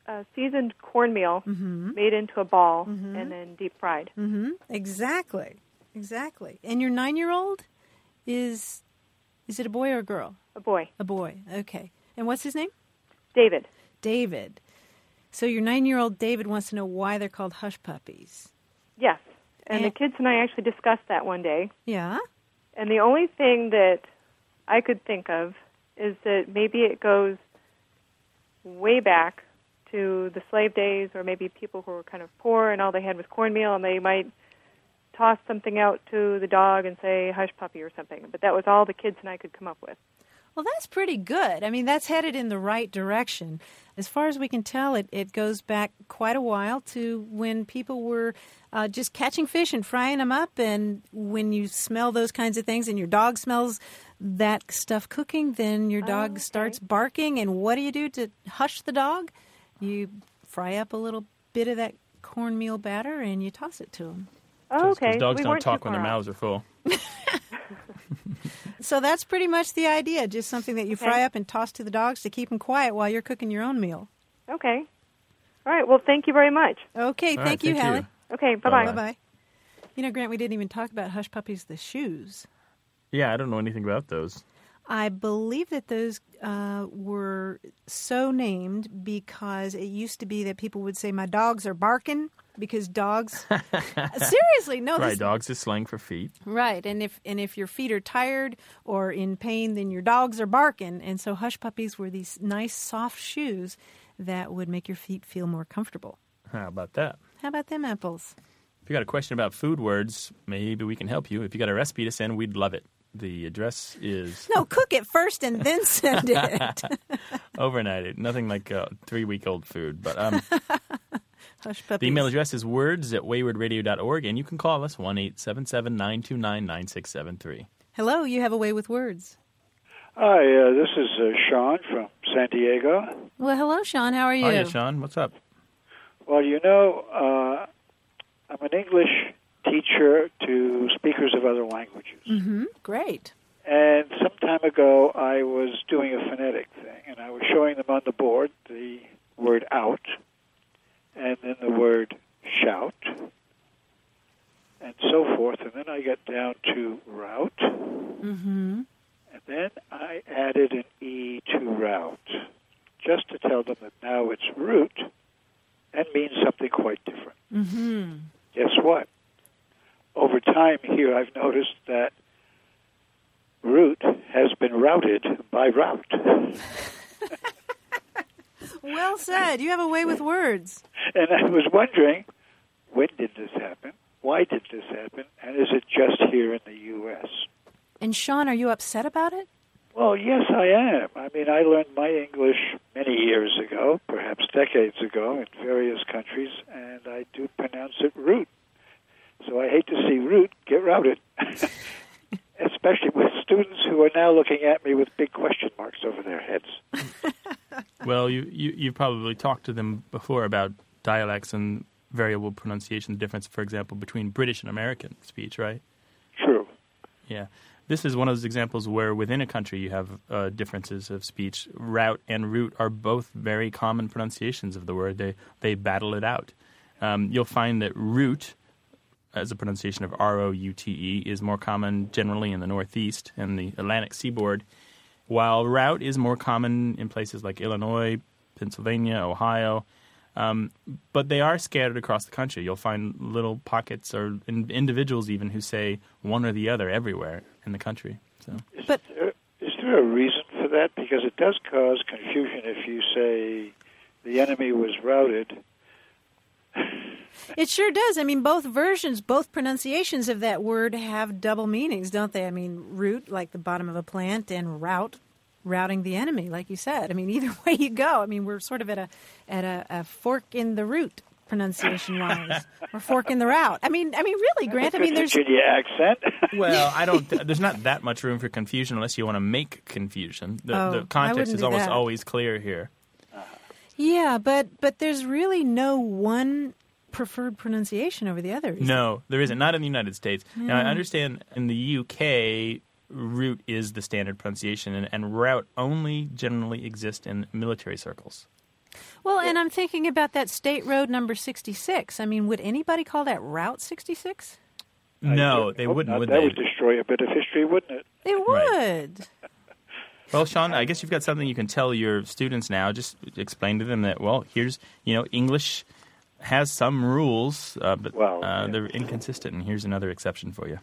uh, seasoned cornmeal made into a ball and then deep fried. exactly. Exactly. And your nine year old is Is it a boy or a girl? A boy. A boy. Okay. And what's his name? David. David. So your nine-year-old David wants to know why they're called hush puppies. Yes. And Yeah. the kids and I actually discussed that one day. Yeah. And the only thing that I could think of is that maybe it goes way back to the slave days, or maybe people who were kind of poor and all they had was cornmeal, and they might toss something out to the dog and say hush puppy or something. But that was all the kids and I could come up with. Well, that's pretty good. I mean, that's headed in the right direction. As far as we can tell, it, it goes back quite a while to when people were uh, just catching fish and frying them up. And when you smell those kinds of things and your dog smells that stuff cooking, then your dog starts barking. And what do you do to hush the dog? You fry up a little bit of that cornmeal batter and you toss it to him. Oh, Because dogs don't talk when their mouths are full. So that's pretty much the idea, just something that you fry up and toss to the dogs to keep them quiet while you're cooking your own meal. Okay. All right. Well, thank you very much. Okay. All right, thank you, thank Hallie. you. Okay, bye-bye. Bye bye. You know, Grant, we didn't even talk about Hush Puppies, the shoes. Yeah, I don't know anything about those. I believe that those uh, were so named because it used to be that people would say, My dogs are barking because dogs. Seriously, no. right, this- dogs is slang for feet. Right, and if and if your feet are tired or in pain, then your dogs are barking. And so hush puppies were these nice soft shoes that would make your feet feel more comfortable. How about that? How about them apples? If you got a question about food words, maybe we can help you. If you got a recipe to send, we'd love it. The address is No, cook it first and then send it. overnight. It nothing like uh, three week old food, but um, Hush the puppies. email address is words at waywardradio.org, and you can call us one eight seven seven nine two nine nine six seven three. Hello, you have a way with words. Hi, uh, this is uh, Sean from San Diego. Well, hello, Sean. How are you? Hiya, Sean. What's up? Well, you know, uh, I'm an English teacher to speakers of other languages. Mm-hmm. Great. And some time ago, I was doing a phonetic thing, and I was showing them on the board the word out, and then the word shout, and so forth. And then I got down to route, Mm-hmm. and then I added an E to route, just to tell them that now it's root and means something quite different Mm-hmm. guess what? Over time here, I've noticed that route has been routed by route. Well said. You have a way with words. And I was wondering, when did this happen? Why did this happen? And is it just here in the U.S.? And Sean, are you upset about it? Well, yes, I am. I mean, I learned my English many years ago, perhaps decades ago, in various countries, and I do pronounce it root. So I hate to see root get routed, especially with students who are now looking at me with big question marks over their heads. Well, you, you you've probably talked to them before about dialects and variable pronunciation difference, for example, between British and American speech, right? True. Yeah. This is one of those examples where within a country you have uh, differences of speech. Route and root are both very common pronunciations of the word. They they battle it out. Um, you'll find that root, as a pronunciation of R O U T E, is more common generally in the Northeast and the Atlantic seaboard, while route is more common in places like Illinois, Pennsylvania, Ohio. Um, but they are scattered across the country. You'll find little pockets or in, individuals even who say one or the other everywhere in the country. So But Is there a reason for that? Because it does cause confusion if you say the enemy was routed. It sure does. I mean, both versions, both pronunciations of that word have double meanings, don't they? I mean, root, like the bottom of a plant, and route, routing the enemy, like you said. I mean, either way you go. I mean, we're sort of at a at a, a fork in the root pronunciation wise, or fork in the route. I mean, I mean, really, Grant. I mean, there's Virginia accent. well, I don't. There's not that much room for confusion unless you want to make confusion. The, Oh, the I context wouldn't is do almost that. always clear here. yeah, but but there's really no one preferred pronunciation over the other. is No, there isn't. Not in the United States. Now, I Yeah. understand in the UK, route is the standard pronunciation, and, and route only generally exist in military circles. Well, and I'm thinking about that state road number 66. I mean, would anybody call that Route 66? no, they hope wouldn't, not. would that they? would destroy a bit of history, wouldn't it? It would. Well, Sean, I guess you've got something you can tell your students now. Just explain to them that well, here's you know English has some rules, uh, but uh, they're inconsistent, and here's another exception for you.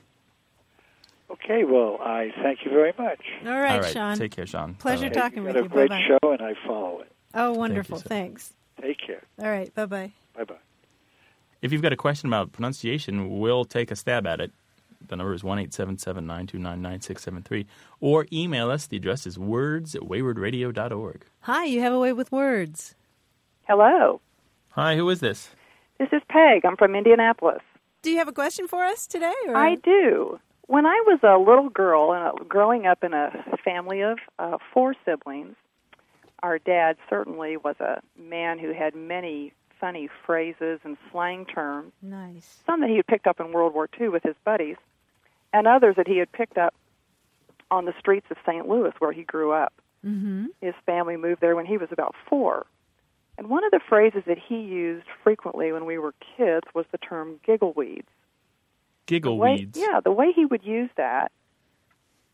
Okay, well, I thank you very much. All right, Sean. Take care, Sean. Pleasure Hey, talking with got you. a great Bye-bye. show, and I follow it. Oh, wonderful. Thanks. Take care. All right. Bye bye. Bye bye. If you've got a question about pronunciation, we'll take a stab at it. The number is one eight seven seven nine two nine nine six seven three, or email us. The address is words at waywardradio.org. Hi, you have a way with words. Hello. Hi, who is this? This is Peg. I'm from Indianapolis. Do you have a question for us today? Or? I do. When I was a little girl and uh, growing up in a family of uh, four siblings, our dad certainly was a man who had many funny phrases and slang terms, Nice. some that he had picked up in World War II with his buddies, and others that he had picked up on the streets of St. Louis where he grew up. Mm-hmm. His family moved there when he was about four. And one of the phrases that he used frequently when we were kids was the term giggle weeds. Giggle way- weeds. Yeah, the way he would use that,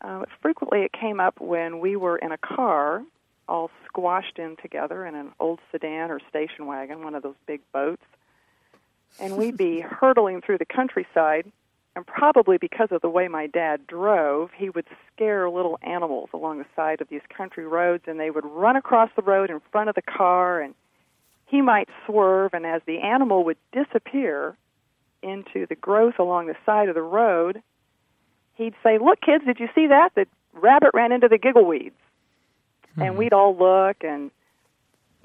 uh, frequently it came up when we were in a car, all squashed in together in an old sedan or station wagon, one of those big boats, and we'd be hurtling through the countryside. And probably because of the way my dad drove, he would scare little animals along the side of these country roads, and they would run across the road in front of the car, and he might swerve, and as the animal would disappear, into the growth along the side of the road, he'd say, "Look, kids, did you see that? The rabbit ran into the giggle weeds." And we'd all look, and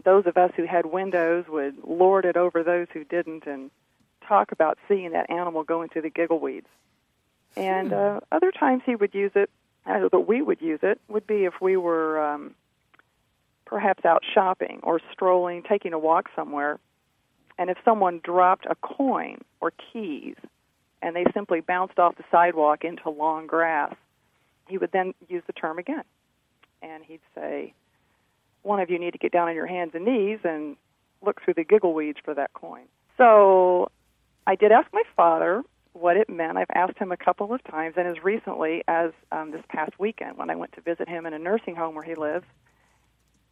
those of us who had windows would lord it over those who didn't, and talk about seeing that animal go into the giggle weeds. Hmm. And Mm. uh, other times he would use it, uh, but we would use it, would be if we were um, perhaps out shopping or strolling, taking a walk somewhere, and if someone dropped a coin or keys and they simply bounced off the sidewalk into long grass, he would then use the term again. And he'd say, One of you need to get down on your hands and knees and look through the giggle weeds for that coin. So I did ask my father what it meant. I've asked him a couple of times, and as recently as um, this past weekend when I went to visit him in a nursing home where he lives.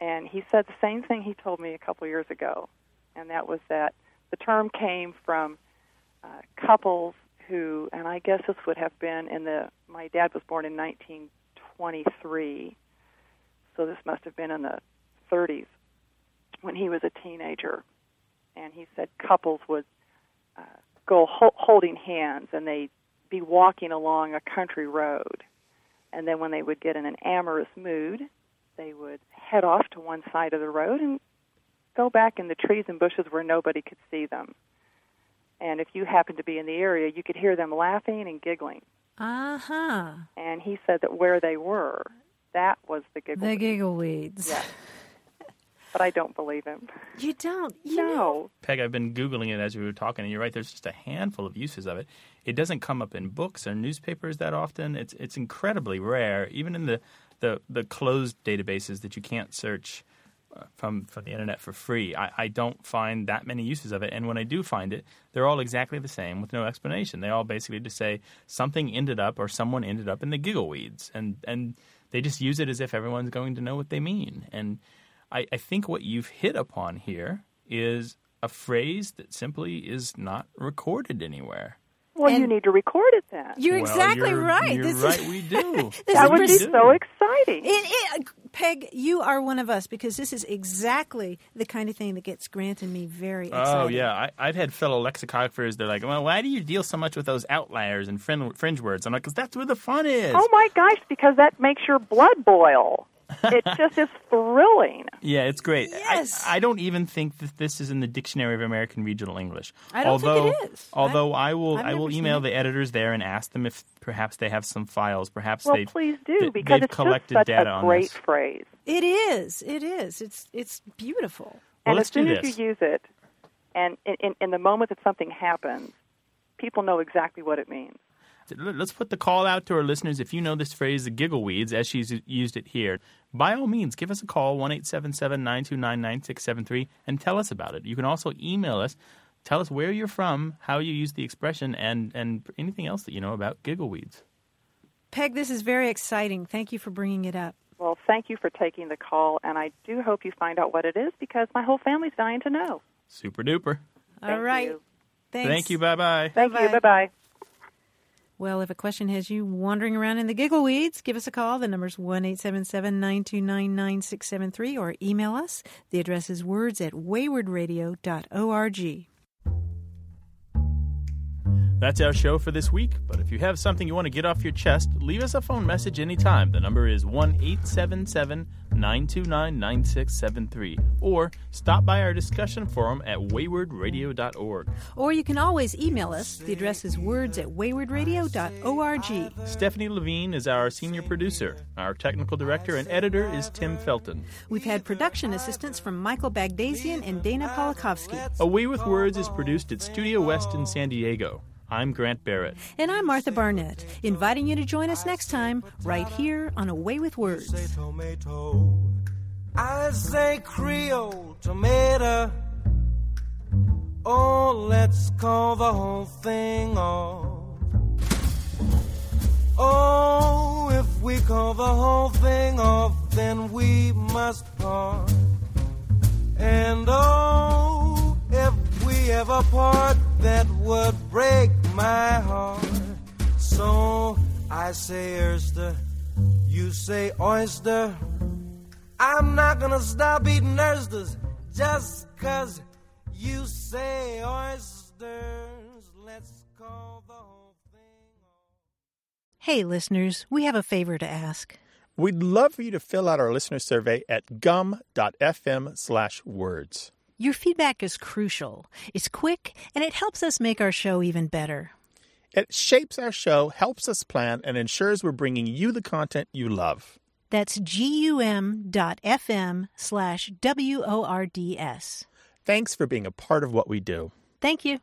And he said the same thing he told me a couple years ago, and that was that the term came from uh, couples who, and I guess this would have been in the, my dad was born in 1923, so this must have been in the 30s when he was a teenager. And he said couples would uh, go ho- holding hands and they'd be walking along a country road. And then when they would get in an amorous mood, they would head off to one side of the road and go back in the trees and bushes where nobody could see them. And if you happened to be in the area, you could hear them laughing and giggling. Uh huh. And he said that where they were, that was the giggle. The giggle weeds. Yeah. but I don't believe him. You don't? You no. Peg, I've been Googling it as we were talking, and you're right, there's just a handful of uses of it. It doesn't come up in books or newspapers that often. It's it's incredibly rare, even in the, the, the closed databases that you can't search uh, from, from the internet for free. I, I don't find that many uses of it, and when I do find it, they're all exactly the same with no explanation. They all basically just say something ended up or someone ended up in the giggle weeds, and, and they just use it as if everyone's going to know what they mean. And I, I think what you've hit upon here is a phrase that simply is not recorded anywhere. Well, you need to record it then. You're Well, exactly you're- right. You're this is- right. we do. This that is would be pres- so exciting. It, it, Peg, you are one of us because this is exactly the kind of thing that gets Grant and me very excited. Oh yeah, I, I've had fellow lexicographers. They're like, "Well, why do you deal so much with those outliers and fringe, fringe words?" I'm like, "Cause that's where the fun is." Oh my gosh, because that makes your blood boil. It just is thrilling. Yeah, it's great. Yes. I, I don't even think that this is in the Dictionary of American Regional English. I don't think it although, is. Although I, will, I've I will never seen email it. the editors there and ask them if perhaps they have some files. Perhaps Well, they've, please do, they- because they've it's just collected such a data on great this. phrase. It is. It is. It's it's beautiful. Well, and let's as soon do as this. you use it, and in, in, in the moment that something happens, people know exactly what it means. Let- Let's put the call out to our listeners. If you know this phrase, the giggle weeds, as she's used it here, by all means, give us a call, 1 877 929 9673, and tell us about it. You can also email us. Tell us where you're from, how you use the expression, and, and anything else that you know about giggle weeds. Peg, this is very exciting. Thank you for bringing it up. Well, thank you for taking the call, and I do hope you find out what it is because my whole family's dying to know. Super duper. All right. Thanks. Thank you. Bye bye. Thank you. Bye bye. Well, if a question has you wandering around in the giggle weeds, give us a call. The number's 1 877 929 9673 or email us. The address is words at waywardradio.org. That's our show for this week, but if you have something you want to get off your chest, leave us a phone message anytime. The number is 1 877 929 9673 or stop by our discussion forum at waywardradio.org. Or you can always email us. The address is words at waywardradio.org. Stephanie Levine is our senior producer. Our technical director and editor is Tim Felton. We've had production assistance from Michael Bagdasian and Dana Polikovsky. Away with Words is produced at Studio West in San Diego. I'm Grant Barrett. And I'm Martha Barnett, inviting you to join us next time right here on Away with Words. tomato. I say Creole tomato. Oh, let's call the whole thing off. Oh, if we call the whole thing off, then we must part. And oh, if we ever part, that would break my heart. So I say oyster, you say oyster. I'm not gonna stop eating oysters just cause you say oysters. Let's call the whole Hey, listeners, we have a favor to ask. We'd love for you to fill out our listener survey at gum.fm slash words. Your feedback is crucial, it's quick, and it helps us make our show even better. It shapes our show, helps us plan, and ensures we're bringing you the content you love. That's gum.fm slash W O R D S. Thanks for being a part of what we do. Thank you.